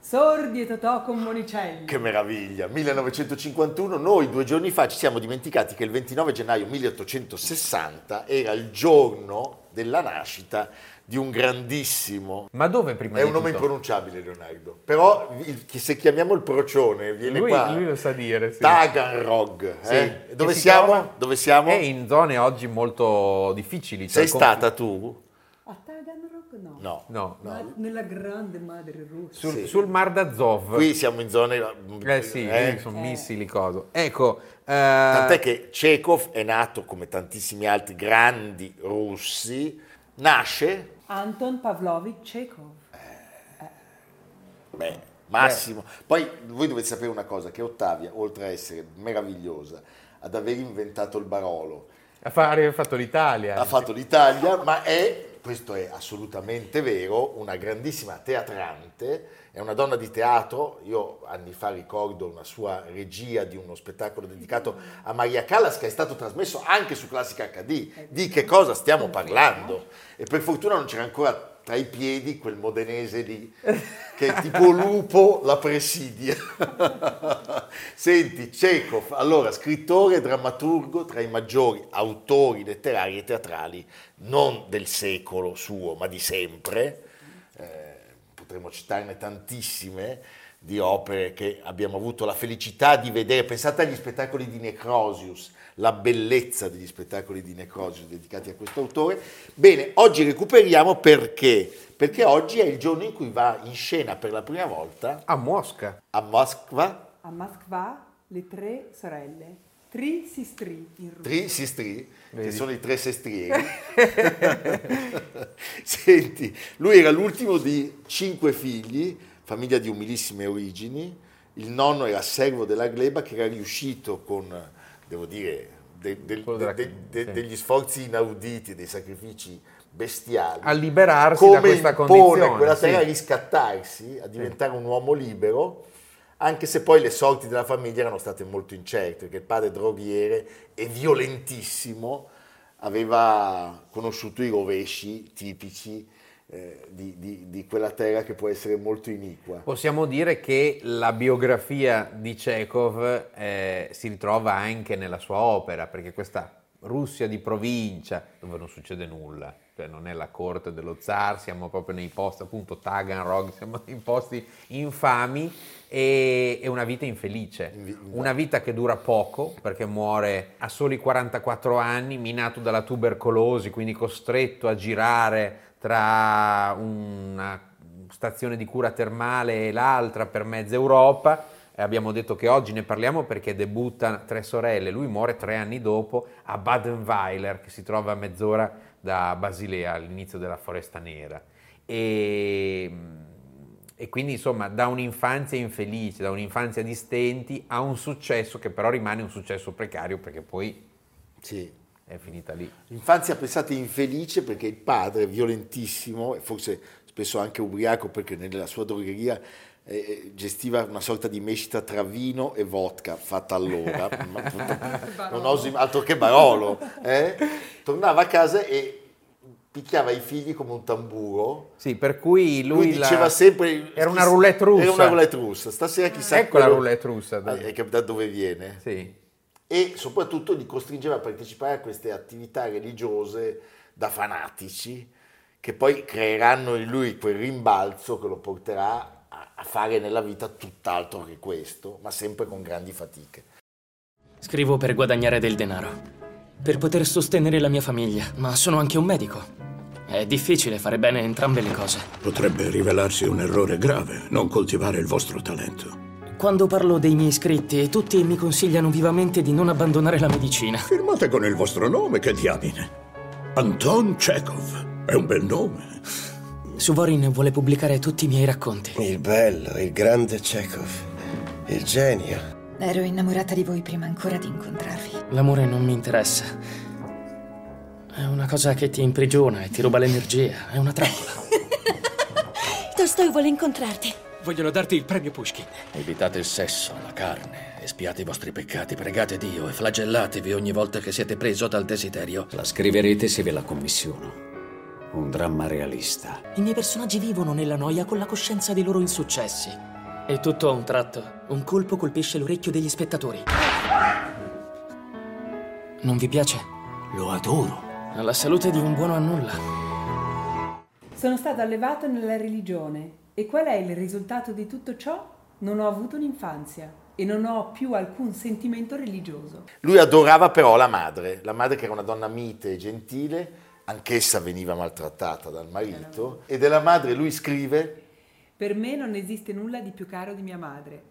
Speaker 7: Sordi e Totò con Monicelli.
Speaker 1: Che meraviglia! 1951, noi due giorni fa ci siamo dimenticati che il 29 gennaio 1860 era il giorno della nascita di un grandissimo...
Speaker 2: Ma dove prima
Speaker 1: È
Speaker 2: di
Speaker 1: un nome
Speaker 2: tutto?
Speaker 1: impronunciabile Leonardo, però il- che se chiamiamo il procione viene
Speaker 10: Lui,
Speaker 1: qua.
Speaker 10: lui lo sa dire, sì.
Speaker 1: Taganrog,
Speaker 2: Sì,
Speaker 1: eh?
Speaker 2: che
Speaker 1: Dove
Speaker 2: si
Speaker 1: siamo?
Speaker 2: trova-
Speaker 1: Dove siamo?
Speaker 2: È in zone oggi molto difficili. cioè
Speaker 1: Sei
Speaker 2: il confine-
Speaker 1: stata tu?
Speaker 7: A Taganrog no.
Speaker 1: No.
Speaker 2: No,
Speaker 7: Ma nella grande madre russa.
Speaker 2: sul,
Speaker 1: Sì.
Speaker 2: sul Mar d'Azov.
Speaker 1: Qui siamo in zone...
Speaker 2: Eh sì,
Speaker 1: eh?
Speaker 2: lì sono
Speaker 7: Eh.
Speaker 2: missili, coso. Ecco, eh,
Speaker 1: Tant'è che Chekhov è nato come tantissimi altri grandi russi, nasce
Speaker 7: Anton Pavlovich Chekhov.
Speaker 1: Beh, massimo. Poi voi dovete sapere una cosa, che Ottavia, oltre a essere meravigliosa, ad aver inventato il barolo,
Speaker 10: Ha fa- ha fatto l'Italia.
Speaker 1: ha fatto l'Italia, ma è, questo è assolutamente vero, una grandissima teatrante, è una donna di teatro, io anni fa ricordo una sua regia di uno spettacolo dedicato a Maria Callas che è stato trasmesso anche su Classica HD, di che cosa stiamo parlando? E per fortuna non c'era ancora tra i piedi quel modenese lì che tipo lupo la presidia. <laughs> Senti, Chekhov, allora scrittore e drammaturgo tra i maggiori autori letterari e teatrali non del secolo suo, ma di sempre. Eh, potremmo citarne tantissime di opere che abbiamo avuto la felicità di vedere. Pensate agli spettacoli di Necrosius, la bellezza degli spettacoli di Necrosius dedicati a questo autore. Bene, oggi recuperiamo perché? Perché oggi è il giorno in cui va in scena per la prima volta
Speaker 2: a Mosca.
Speaker 1: a Moskva
Speaker 7: A Moskva le tre sorelle. Tri sistri in russo.
Speaker 1: Tri sistri, che sono i tre
Speaker 2: <laughs>
Speaker 1: sestrieri. Senti, lui era l'ultimo di cinque figli, famiglia di umilissime origini. Il nonno era servo della gleba che era riuscito con, devo dire, de- de-
Speaker 2: Quello della-
Speaker 1: de- de-
Speaker 2: sì.
Speaker 1: degli sforzi inauditi, dei sacrifici bestiali,
Speaker 2: A liberarsi da
Speaker 1: come
Speaker 2: questa
Speaker 1: impone
Speaker 2: condizione.
Speaker 1: a quella
Speaker 2: sì.
Speaker 1: terra a riscattarsi, a diventare un uomo libero, anche se poi le sorti della famiglia erano state molto incerte, perché il padre droghiere e violentissimo aveva conosciuto i rovesci tipici eh, di, di- di quella terra che può essere molto iniqua.
Speaker 2: Possiamo dire che la biografia di Chekhov eh, si ritrova anche nella sua opera, perché questa Russia di provincia, dove non succede nulla, cioè non è la corte dello zar, siamo proprio nei posti, appunto Taganrog, siamo in posti infami e, e una vita infelice,
Speaker 1: Invi-
Speaker 2: una vita che dura poco, perché muore a soli 44 anni, minato dalla tubercolosi, quindi costretto a girare tra una stazione di cura termale e l'altra per mezza Europa. Eh, Abbiamo detto che oggi ne parliamo perché debutta Tre Sorelle, lui muore tre anni dopo a Badenweiler, che si trova a mezz'ora da Basilea, all'inizio della Foresta Nera. E, e quindi insomma da un'infanzia infelice, da un'infanzia di stenti a un successo che però rimane un successo precario perché poi
Speaker 1: Sì.
Speaker 2: è finita lì.
Speaker 1: Infanzia, pensate, infelice perché il padre, violentissimo, e forse spesso anche ubriaco perché nella sua drogheria eh, eh, gestiva una sorta di mescita tra vino e vodka fatta
Speaker 2: <laughs>
Speaker 1: allora, Ma- non oso im- altro che Barolo, eh? tornava a casa e picchiava i figli come un tamburo.
Speaker 2: Sì, per cui lui,
Speaker 1: Lui,
Speaker 2: la-
Speaker 1: diceva sempre...
Speaker 2: era una roulette russa.
Speaker 1: Era una roulette russa, stasera chissà...
Speaker 2: Ecco la
Speaker 1: quello-
Speaker 2: roulette russa. dai.
Speaker 1: Eh, che- da dove viene?
Speaker 2: Sì.
Speaker 1: e soprattutto li costringeva a partecipare a queste attività religiose da fanatici che poi creeranno in lui quel rimbalzo che lo porterà a a fare nella vita tutt'altro che questo, ma sempre con grandi fatiche.
Speaker 11: Scrivo per guadagnare del denaro, per poter sostenere la mia famiglia, ma sono anche un medico. È difficile fare bene entrambe le cose.
Speaker 12: Potrebbe rivelarsi un errore grave non coltivare il vostro talento.
Speaker 11: Quando parlo dei miei iscritti, tutti mi consigliano vivamente di non abbandonare la medicina.
Speaker 12: Firmate con il vostro nome, che diamine. Anton Chekhov. È un bel nome.
Speaker 11: Suvorin vuole pubblicare tutti i miei racconti.
Speaker 9: Il bello, il grande Chekhov. Il genio.
Speaker 12: Ero innamorata di voi prima ancora di incontrarvi.
Speaker 11: L'amore non mi interessa.
Speaker 13: <laughs>
Speaker 11: È una cosa che ti imprigiona e ti ruba l'energia. È una trappola.
Speaker 13: posto e vuole incontrarti.
Speaker 14: Vogliono darti il premio Pushkin.
Speaker 5: Evitate il sesso, la carne, espiate i vostri peccati, pregate Dio e flagellatevi ogni volta che siete preso dal desiderio.
Speaker 14: La scriverete se ve la commissiono. Un dramma realista.
Speaker 11: I miei personaggi vivono nella noia con la coscienza dei loro insuccessi. E tutto a un tratto, un colpo colpisce l'orecchio degli spettatori. Non vi piace? Lo adoro. Alla salute di un buono a <laughs> nulla.
Speaker 7: Sono stato allevato nella religione e qual è il risultato di tutto ciò? Non ho avuto un'infanzia e non ho più alcun sentimento religioso.
Speaker 1: Lui adorava però la madre, la madre che era una donna mite e gentile, anch'essa veniva maltrattata dal marito, e della madre lui scrive
Speaker 7: Per me non esiste nulla di più caro di mia madre,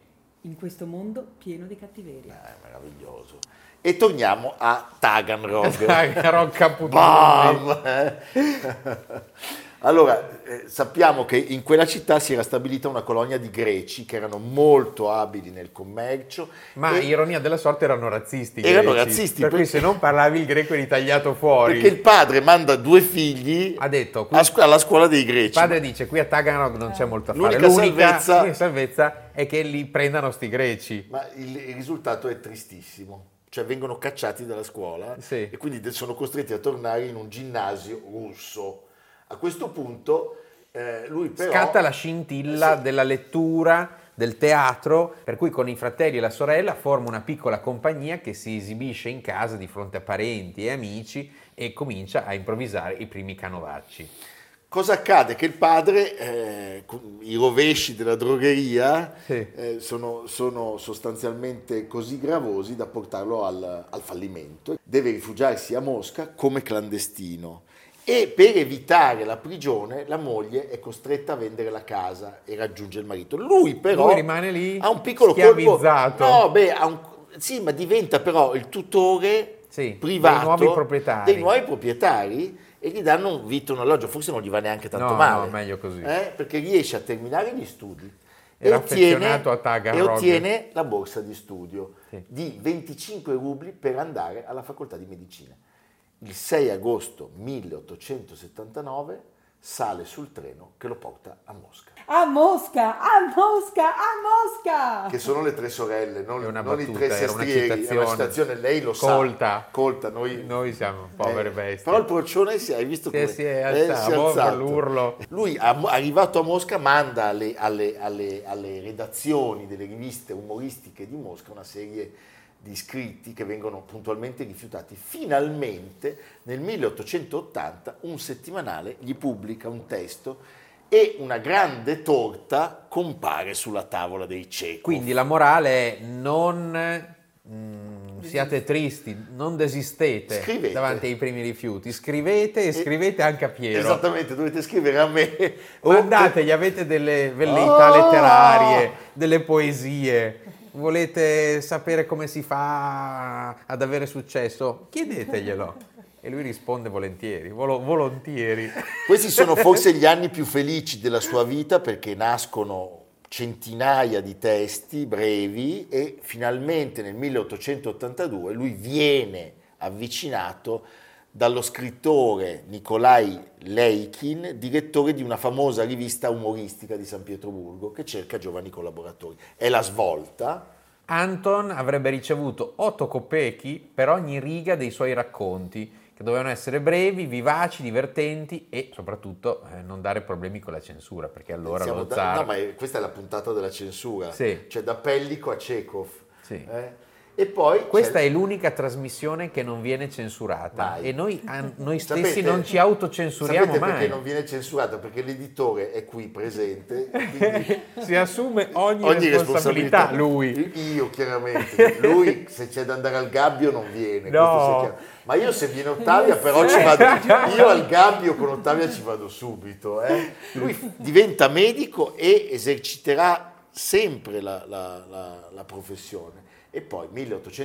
Speaker 7: in questo mondo pieno di cattiveria.
Speaker 1: "Eh, È meraviglioso. E torniamo a Taganrog.
Speaker 2: <laughs>
Speaker 1: <laughs>
Speaker 2: Taganrog
Speaker 1: Bam! eh. Allora, eh, sappiamo che in quella città si era stabilita una colonia di greci che erano molto abili nel commercio.
Speaker 2: Ma
Speaker 1: e-
Speaker 2: ironia della sorte erano razzisti. i
Speaker 1: Erano
Speaker 2: greci,
Speaker 1: razzisti,
Speaker 2: Per cui
Speaker 1: perché-
Speaker 2: se non parlavi il greco eri tagliato fuori.
Speaker 1: Perché il Ah, padre manda due figli a scu- alla scuola dei greci.
Speaker 2: Il padre dice qui a Taganrog non c'è molto da fare.
Speaker 1: L'unica
Speaker 2: L'unica
Speaker 1: salvezza-
Speaker 2: l'unica salvezza è che li prendano sti greci.
Speaker 1: Ma il, il risultato è tristissimo. Cioè vengono cacciati dalla scuola
Speaker 2: Sì.
Speaker 1: e quindi de- sono costretti a tornare in un ginnasio russo. A questo punto eh, lui però...
Speaker 2: Scatta la scintilla della lettura, del teatro, per cui con i fratelli e la sorella forma una piccola compagnia che si esibisce in casa di fronte a parenti e amici e comincia a improvvisare i primi canovacci.
Speaker 1: Cosa accade? Che il padre, eh, con i rovesci della drogheria eh, sono, sono sostanzialmente così gravosi da portarlo al, al fallimento. Deve rifugiarsi a Mosca come clandestino e per evitare la prigione la moglie è costretta a vendere la casa e raggiunge il marito. Lui però
Speaker 2: Lui rimane lì
Speaker 1: ha un piccolo colpo.
Speaker 2: schiavizzato.
Speaker 1: No, beh, ha un- sì, ma diventa però il tutore privato
Speaker 2: dei nuovi proprietari.
Speaker 1: dei nuovi proprietari e gli danno un vitto, un alloggio, forse non gli va neanche tanto
Speaker 2: No,
Speaker 1: male.
Speaker 2: no, meglio così.
Speaker 1: Eh, Perché riesce a terminare gli studi e
Speaker 2: Era
Speaker 1: ottiene,
Speaker 2: affezionato a
Speaker 1: e
Speaker 2: Taganrog.
Speaker 1: ottiene la borsa di studio di 25 rubli per andare alla facoltà di medicina. Il 6 agosto 1879 sale sul treno che lo porta a Mosca.
Speaker 7: A Mosca, a Mosca, a Mosca!
Speaker 1: Che sono le tre sorelle, non,
Speaker 2: una
Speaker 1: non i
Speaker 2: battuta,
Speaker 1: tre
Speaker 2: era una
Speaker 1: sestrieri, è una
Speaker 2: citazione.
Speaker 1: citazione, lei lo
Speaker 2: Colta.
Speaker 1: sa. Colta. Noi,
Speaker 2: siamo povere
Speaker 1: Eh,
Speaker 2: bestie.
Speaker 1: Però il procione si, hai visto
Speaker 2: Si
Speaker 1: come
Speaker 2: è- si è
Speaker 1: eh,
Speaker 2: alzato,
Speaker 1: si è
Speaker 2: boh,
Speaker 1: alzato.
Speaker 2: l'urlo.
Speaker 1: Lui a- arrivato a Mosca manda alle, alle- alle- alle redazioni delle riviste umoristiche di Mosca una serie di scritti che vengono puntualmente rifiutati. Finalmente nel 1880 un settimanale gli pubblica un testo e una grande torta compare sulla tavola dei ciechi.
Speaker 2: Quindi la morale è non mm, siate tristi, non desistete
Speaker 1: Scrivete.
Speaker 2: davanti ai primi rifiuti, scrivete e scrivete anche a Piero.
Speaker 1: Esattamente, dovete scrivere a me.
Speaker 2: Mandategli, avete delle velleità
Speaker 1: Oh!
Speaker 2: letterarie, delle poesie. Volete sapere come si fa ad avere successo? Chiedeteglielo. E lui risponde volentieri, volo- volontieri.
Speaker 1: Questi sono
Speaker 2: <laughs>
Speaker 1: forse gli anni più felici della sua vita perché nascono centinaia di testi brevi e finalmente nel 1882 lui viene avvicinato dallo scrittore Nikolai Leikin, direttore di una famosa rivista umoristica di San Pietroburgo che cerca giovani collaboratori. È la svolta.
Speaker 2: Anton avrebbe ricevuto 8 copechi per ogni riga dei suoi racconti, che dovevano essere brevi, vivaci, divertenti e soprattutto eh, non dare problemi con la censura, perché allora
Speaker 1: Siamo
Speaker 2: lo
Speaker 1: da-
Speaker 2: zar...
Speaker 1: no, ma è- questa è la puntata della censura,
Speaker 2: Sì.
Speaker 1: cioè da Pellico a Chekhov.
Speaker 2: Sì.
Speaker 1: eh. E poi c'è
Speaker 2: Questa è l'unica trasmissione che non viene censurata
Speaker 1: Mai.
Speaker 2: e noi,
Speaker 1: <laughs>
Speaker 2: an- noi stessi
Speaker 1: Sapete-
Speaker 2: non ci autocensuriamo
Speaker 1: Sapete
Speaker 2: mai.
Speaker 1: perché non viene censurato? Perché l'editore è qui presente, quindi
Speaker 2: Si
Speaker 1: <laughs>
Speaker 2: assume <laughs> ogni,
Speaker 1: ogni
Speaker 2: responsabilità,
Speaker 1: responsabilità
Speaker 2: lui.
Speaker 1: Io chiaramente, lui se c'è da andare al gabbio non viene,
Speaker 2: No.
Speaker 1: questo sia chiaro. ma io se viene Ottavia però ci vado, io al gabbio con Ottavia ci vado subito. eh. Lui f- diventa medico e eserciterà sempre la, la- la- la professione. E poi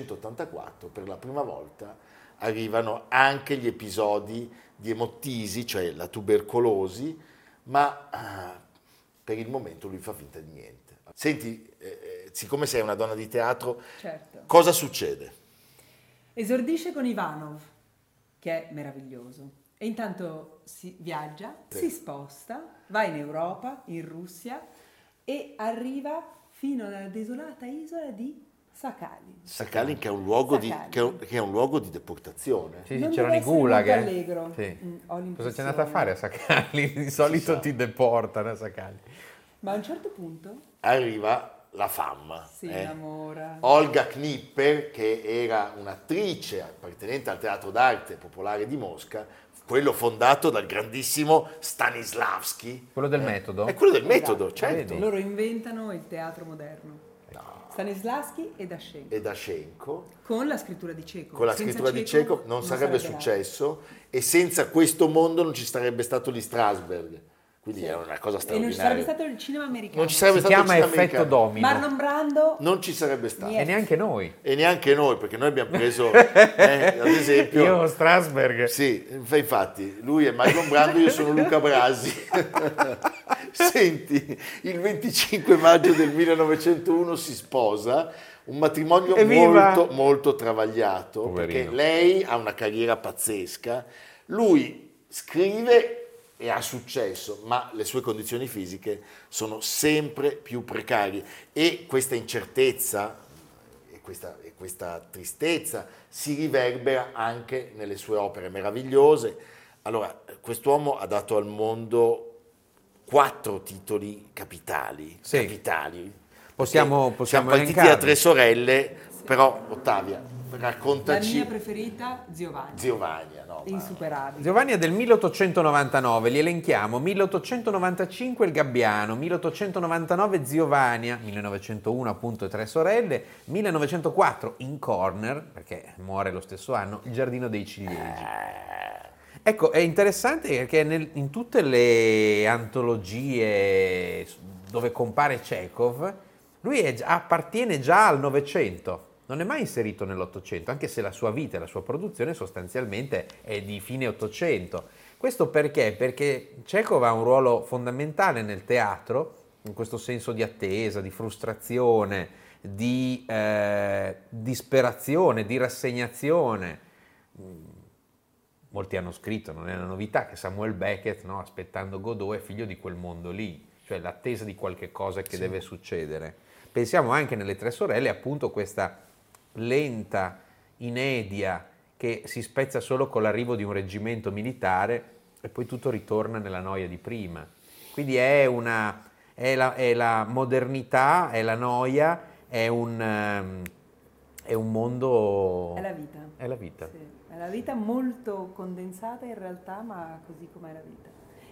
Speaker 1: 1884 per la prima volta arrivano anche gli episodi di emottisi, cioè la tubercolosi, ma ah, per il momento lui fa finta di niente. Senti, eh, eh, siccome sei una donna di teatro,
Speaker 7: Certo.
Speaker 1: cosa succede?
Speaker 7: Esordisce con Ivanov, che è meraviglioso. E intanto si viaggia,
Speaker 1: Sì.
Speaker 7: si sposta, va in Europa, in Russia e arriva fino alla desolata isola di Sakhalin.
Speaker 15: Sakhalin che è un luogo, di,
Speaker 7: Sakhalin.
Speaker 15: che è un- che è un luogo di deportazione.
Speaker 7: sì, Non c'erano deve i essere gulag, molto eh. allegro.
Speaker 15: Sì.
Speaker 7: Mm, ho l'impressione.
Speaker 2: Cosa c'è andata a fare a Sacalli? <laughs> Di solito ti deportano a Sacalli.
Speaker 7: Ma a un certo punto
Speaker 1: Arriva la fama.
Speaker 7: si
Speaker 1: eh.
Speaker 7: innamora.
Speaker 1: Olga Knipper, che era un'attrice appartenente al Teatro d'Arte Popolare di Mosca, quello fondato dal grandissimo Stanislavski.
Speaker 2: Quello del metodo?
Speaker 1: Eh, È quello del
Speaker 7: Esatto.
Speaker 1: metodo, certo.
Speaker 7: Loro inventano il teatro moderno. Stanislavski e Dashenko.
Speaker 1: E Dashenko,
Speaker 7: Con la scrittura di Cecco.
Speaker 1: con la
Speaker 7: Senza
Speaker 1: scrittura di Cecco, non, sarebbe, successo e senza questo mondo non ci sarebbe stato di Strasberg. Quindi
Speaker 7: Sì.
Speaker 1: era una cosa
Speaker 7: E non ci sarebbe
Speaker 1: straordinaria.
Speaker 7: stato il cinema americano.
Speaker 1: Non ci sarebbe
Speaker 2: Si
Speaker 1: stato il
Speaker 2: chiama
Speaker 1: cinema
Speaker 2: effetto
Speaker 1: americano.
Speaker 2: domino.
Speaker 7: Marlon Brando
Speaker 1: Non ci sarebbe stato.
Speaker 7: Niente. E neanche
Speaker 2: noi.
Speaker 1: E neanche noi, perché noi abbiamo preso,
Speaker 2: <laughs>
Speaker 1: eh, ad esempio...
Speaker 2: Io Strasberg.
Speaker 1: Sì, inf- infatti, lui è Marlon Brando, io sono Luca
Speaker 2: <laughs>
Speaker 1: Brasi. Senti, il 25 maggio del 1901 si sposa, un matrimonio
Speaker 2: Evviva!
Speaker 1: molto, molto travagliato, perché lei ha una carriera pazzesca, lui scrive e ha successo, ma le sue condizioni fisiche sono sempre più precarie e questa incertezza e questa, e questa tristezza si riverbera anche nelle sue opere meravigliose. Allora, quest'uomo ha dato al mondo quattro titoli capitali. capitali.
Speaker 2: Possiamo-
Speaker 1: Perché siamo
Speaker 2: possiamo
Speaker 1: partiti
Speaker 2: elencarli.
Speaker 1: a tre sorelle, però Ottavia,
Speaker 7: La
Speaker 1: raccontaci
Speaker 7: mia preferita, Giovanni.
Speaker 1: Giovanni, no?
Speaker 7: Insuperabile.
Speaker 2: Giovanni è del 1899, li elenchiamo. 1895 il Gabbiano, 1899 Ziovania, 1901 appunto Tre Sorelle, 1904 in Corner, perché muore lo stesso anno, il Giardino dei Ciliegi.
Speaker 1: Eh.
Speaker 2: Ecco, è interessante perché nel- in tutte le antologie s- dove compare Chekhov, lui è gi- appartiene già al Novecento, non è mai inserito nell'Ottocento, anche se la sua vita e la sua produzione sostanzialmente è di fine Ottocento. Questo perché? Perché Chekhov ha un ruolo fondamentale nel teatro, in questo senso di attesa, di frustrazione, di eh, disperazione, di rassegnazione molti hanno scritto, non è una novità, che Samuel Beckett, no, aspettando Godot, è figlio di quel mondo lì, cioè l'attesa di qualche cosa che
Speaker 16: Sì.
Speaker 2: deve succedere. Pensiamo anche nelle Tre Sorelle, appunto, questa lenta inedia che si spezza solo con l'arrivo di un reggimento militare e poi tutto ritorna nella noia di prima. Quindi è, una, è, la, è la modernità, è la noia, è un, ehm, è un mondo...
Speaker 7: È la vita.
Speaker 2: È la vita.
Speaker 7: È la vita molto condensata in realtà, ma così com'è la vita.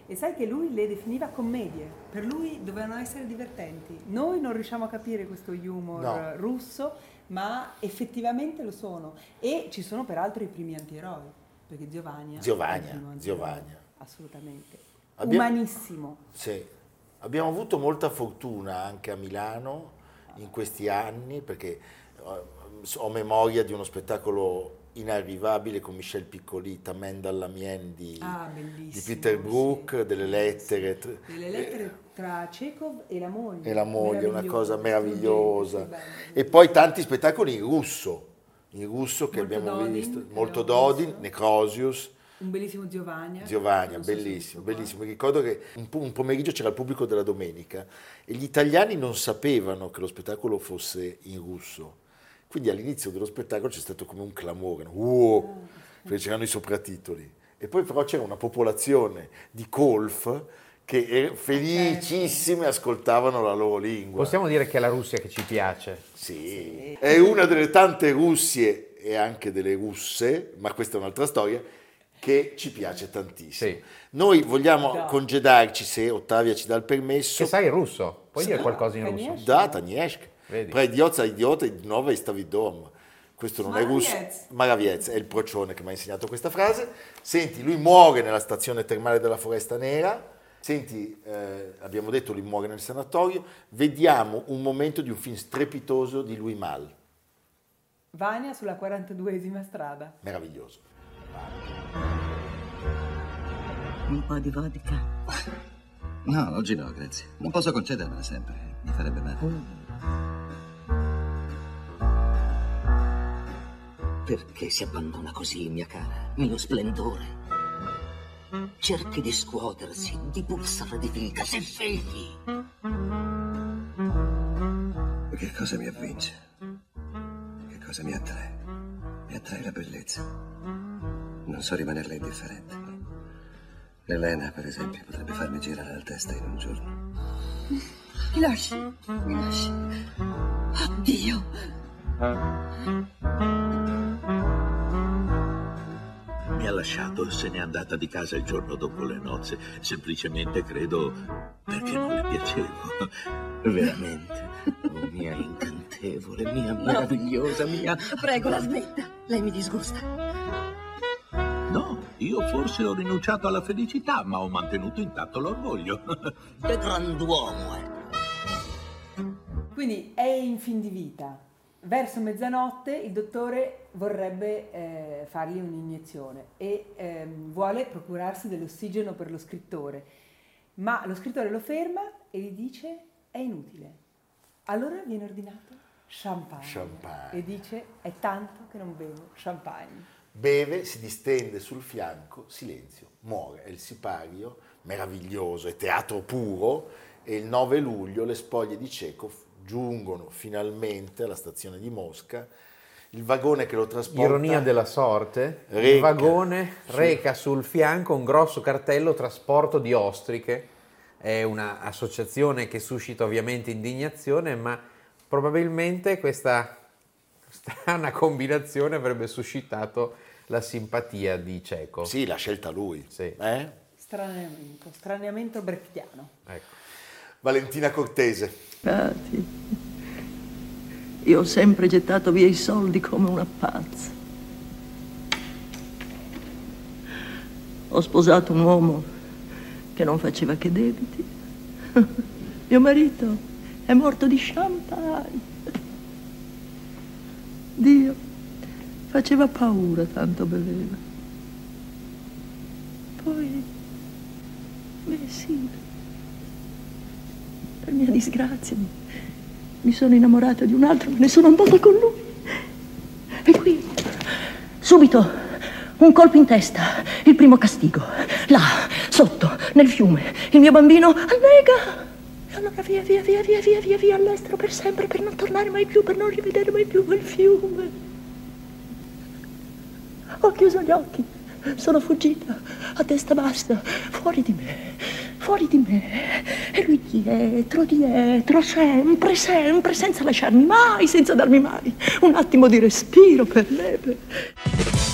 Speaker 7: E sai che lui le definiva commedie, per lui dovevano essere divertenti. Noi non riusciamo a capire questo humor
Speaker 1: No.
Speaker 7: russo, ma effettivamente lo sono. E ci sono peraltro i primi antieroi, perché Giovanni...
Speaker 1: Giovanni, Giovanni.
Speaker 7: Assolutamente.
Speaker 1: Abbiamo-
Speaker 7: Umanissimo.
Speaker 1: Sì, abbiamo avuto molta fortuna anche a Milano in questi anni perché eh, ho memoria di uno spettacolo inarrivabile con Michel Piccoli, Tamen dall'Amien di,
Speaker 7: Ah,
Speaker 1: di
Speaker 7: bellissimo.
Speaker 1: Peter Brook, delle lettere. tr- eh,
Speaker 7: Delle lettere tra Chekhov e la moglie.
Speaker 1: e la moglie, una
Speaker 7: Meraviglioso,
Speaker 1: cosa
Speaker 7: struggente,
Speaker 1: meravigliosa.
Speaker 7: sì, bello.
Speaker 1: E poi tanti spettacoli in russo, in russo che
Speaker 7: Molto
Speaker 1: abbiamo
Speaker 7: Dodin,
Speaker 1: visto,
Speaker 7: abbiamo Eh,
Speaker 1: molto Dodin, Necrosius,
Speaker 7: Un bellissimo Giovanni.
Speaker 1: Giovanni, bellissimo, bellissimo. Mi ricordo che un, po- un pomeriggio c'era il pubblico della domenica e gli italiani non sapevano che lo spettacolo fosse in russo. Quindi all'inizio dello spettacolo c'è stato come un clamore, no? wow,
Speaker 7: Ah.
Speaker 1: perché c'erano i sopratitoli. E poi però c'era una popolazione di colf che
Speaker 7: Ah, certo.
Speaker 1: er- felicissime ascoltavano la loro lingua.
Speaker 2: Possiamo dire che è la Russia che ci piace.
Speaker 1: Sì. È una delle tante Russie e anche delle russe, ma questa è un'altra storia, che ci piace tantissimo. Noi vogliamo
Speaker 2: Da.
Speaker 1: congedarci, se Ottavia ci dà il permesso.
Speaker 2: Che sai il russo? Puoi dire qualcosa in russo?
Speaker 1: Da, Tanieshk.
Speaker 2: Vedi.
Speaker 1: Pra idiota, idiota, di nuova stavi dom. Questo non è
Speaker 7: Maraviez.
Speaker 1: russo. Maraviez è il procione che mi ha insegnato questa frase. Senti, lui muore nella stazione termale della Foresta Nera. Senti, eh, abbiamo detto lui muore nel sanatorio. Vediamo un momento di un film strepitoso di Louis Mal.
Speaker 7: Vania sulla 42esima strada.
Speaker 1: Meraviglioso.
Speaker 17: Un po' di vodka.
Speaker 18: No, oggi no, grazie. Non posso concedermela sempre. Mi farebbe male.
Speaker 17: Perché si abbandona così, mia cara? Il mio splendore.
Speaker 19: Cerchi di scuotersi, di pulsare di vita, sei fegli.
Speaker 20: Ma Che cosa mi avvince? Che cosa mi attrae? Mi attrae la bellezza. Non so rimanerle indifferente. Elena, per esempio, potrebbe farmi girare la testa in un giorno.
Speaker 19: Mi lasci, mi lasci. Oddio.
Speaker 5: Mi ha lasciato, se n'è andata di casa il giorno dopo le nozze, semplicemente credo perché non le piacevo. Veramente, oh, mia incantevole, mia
Speaker 19: No.
Speaker 5: meravigliosa, mia...
Speaker 19: Prego, la smetta. Lei mi disgusta.
Speaker 5: No, io forse ho rinunciato alla felicità, ma ho mantenuto intatto l'orgoglio. Che grand'uomo
Speaker 11: eh.
Speaker 5: è!
Speaker 7: Quindi è in fin di vita. Verso mezzanotte il dottore vorrebbe eh, fargli un'iniezione e ehm, vuole procurarsi dell'ossigeno per lo scrittore, ma lo scrittore lo ferma e gli dice è inutile. Allora viene ordinato champagne,
Speaker 1: Champagne.
Speaker 7: e dice è tanto che non bevo champagne.
Speaker 1: Beve, si distende sul fianco, silenzio, muore. È il sipario meraviglioso, è teatro puro e il 9 luglio le spoglie di Cecov giungono finalmente alla stazione di Mosca. Il vagone che lo trasporta...
Speaker 2: Ironia della sorte, il
Speaker 1: Reca.
Speaker 2: vagone
Speaker 1: Sì.
Speaker 2: reca sul fianco un grosso cartello trasporto di ostriche. È un'associazione che suscita ovviamente indignazione, ma probabilmente questa strana combinazione avrebbe suscitato la simpatia di Cecov.
Speaker 1: Sì, l'ha scelta lui. eh?
Speaker 7: Straniamento, straniamento brechtiano.
Speaker 2: Ecco.
Speaker 1: Valentina Cortese.
Speaker 19: peccati. Io ho sempre gettato via i soldi come una pazza. Ho sposato un uomo che non faceva che debiti. <laughs> Mio marito è morto di champagne. Dio faceva paura tanto beveva. Poi Messina. Per mia disgrazia mi- mi sono innamorata di un altro, me ne sono andata con lui. E qui, subito, un colpo in testa, il primo castigo. Là, sotto, nel fiume, il mio bambino annega. E allora via, via, via, via, via, via, via all'estero per sempre, per non tornare mai più, per non rivedere mai più quel fiume. Ho chiuso gli occhi, sono fuggita, a testa bassa, fuori di me, fuori di me. E lui dietro, dietro, sempre, sempre, senza lasciarmi mai, senza darmi mai un attimo di respiro per leve.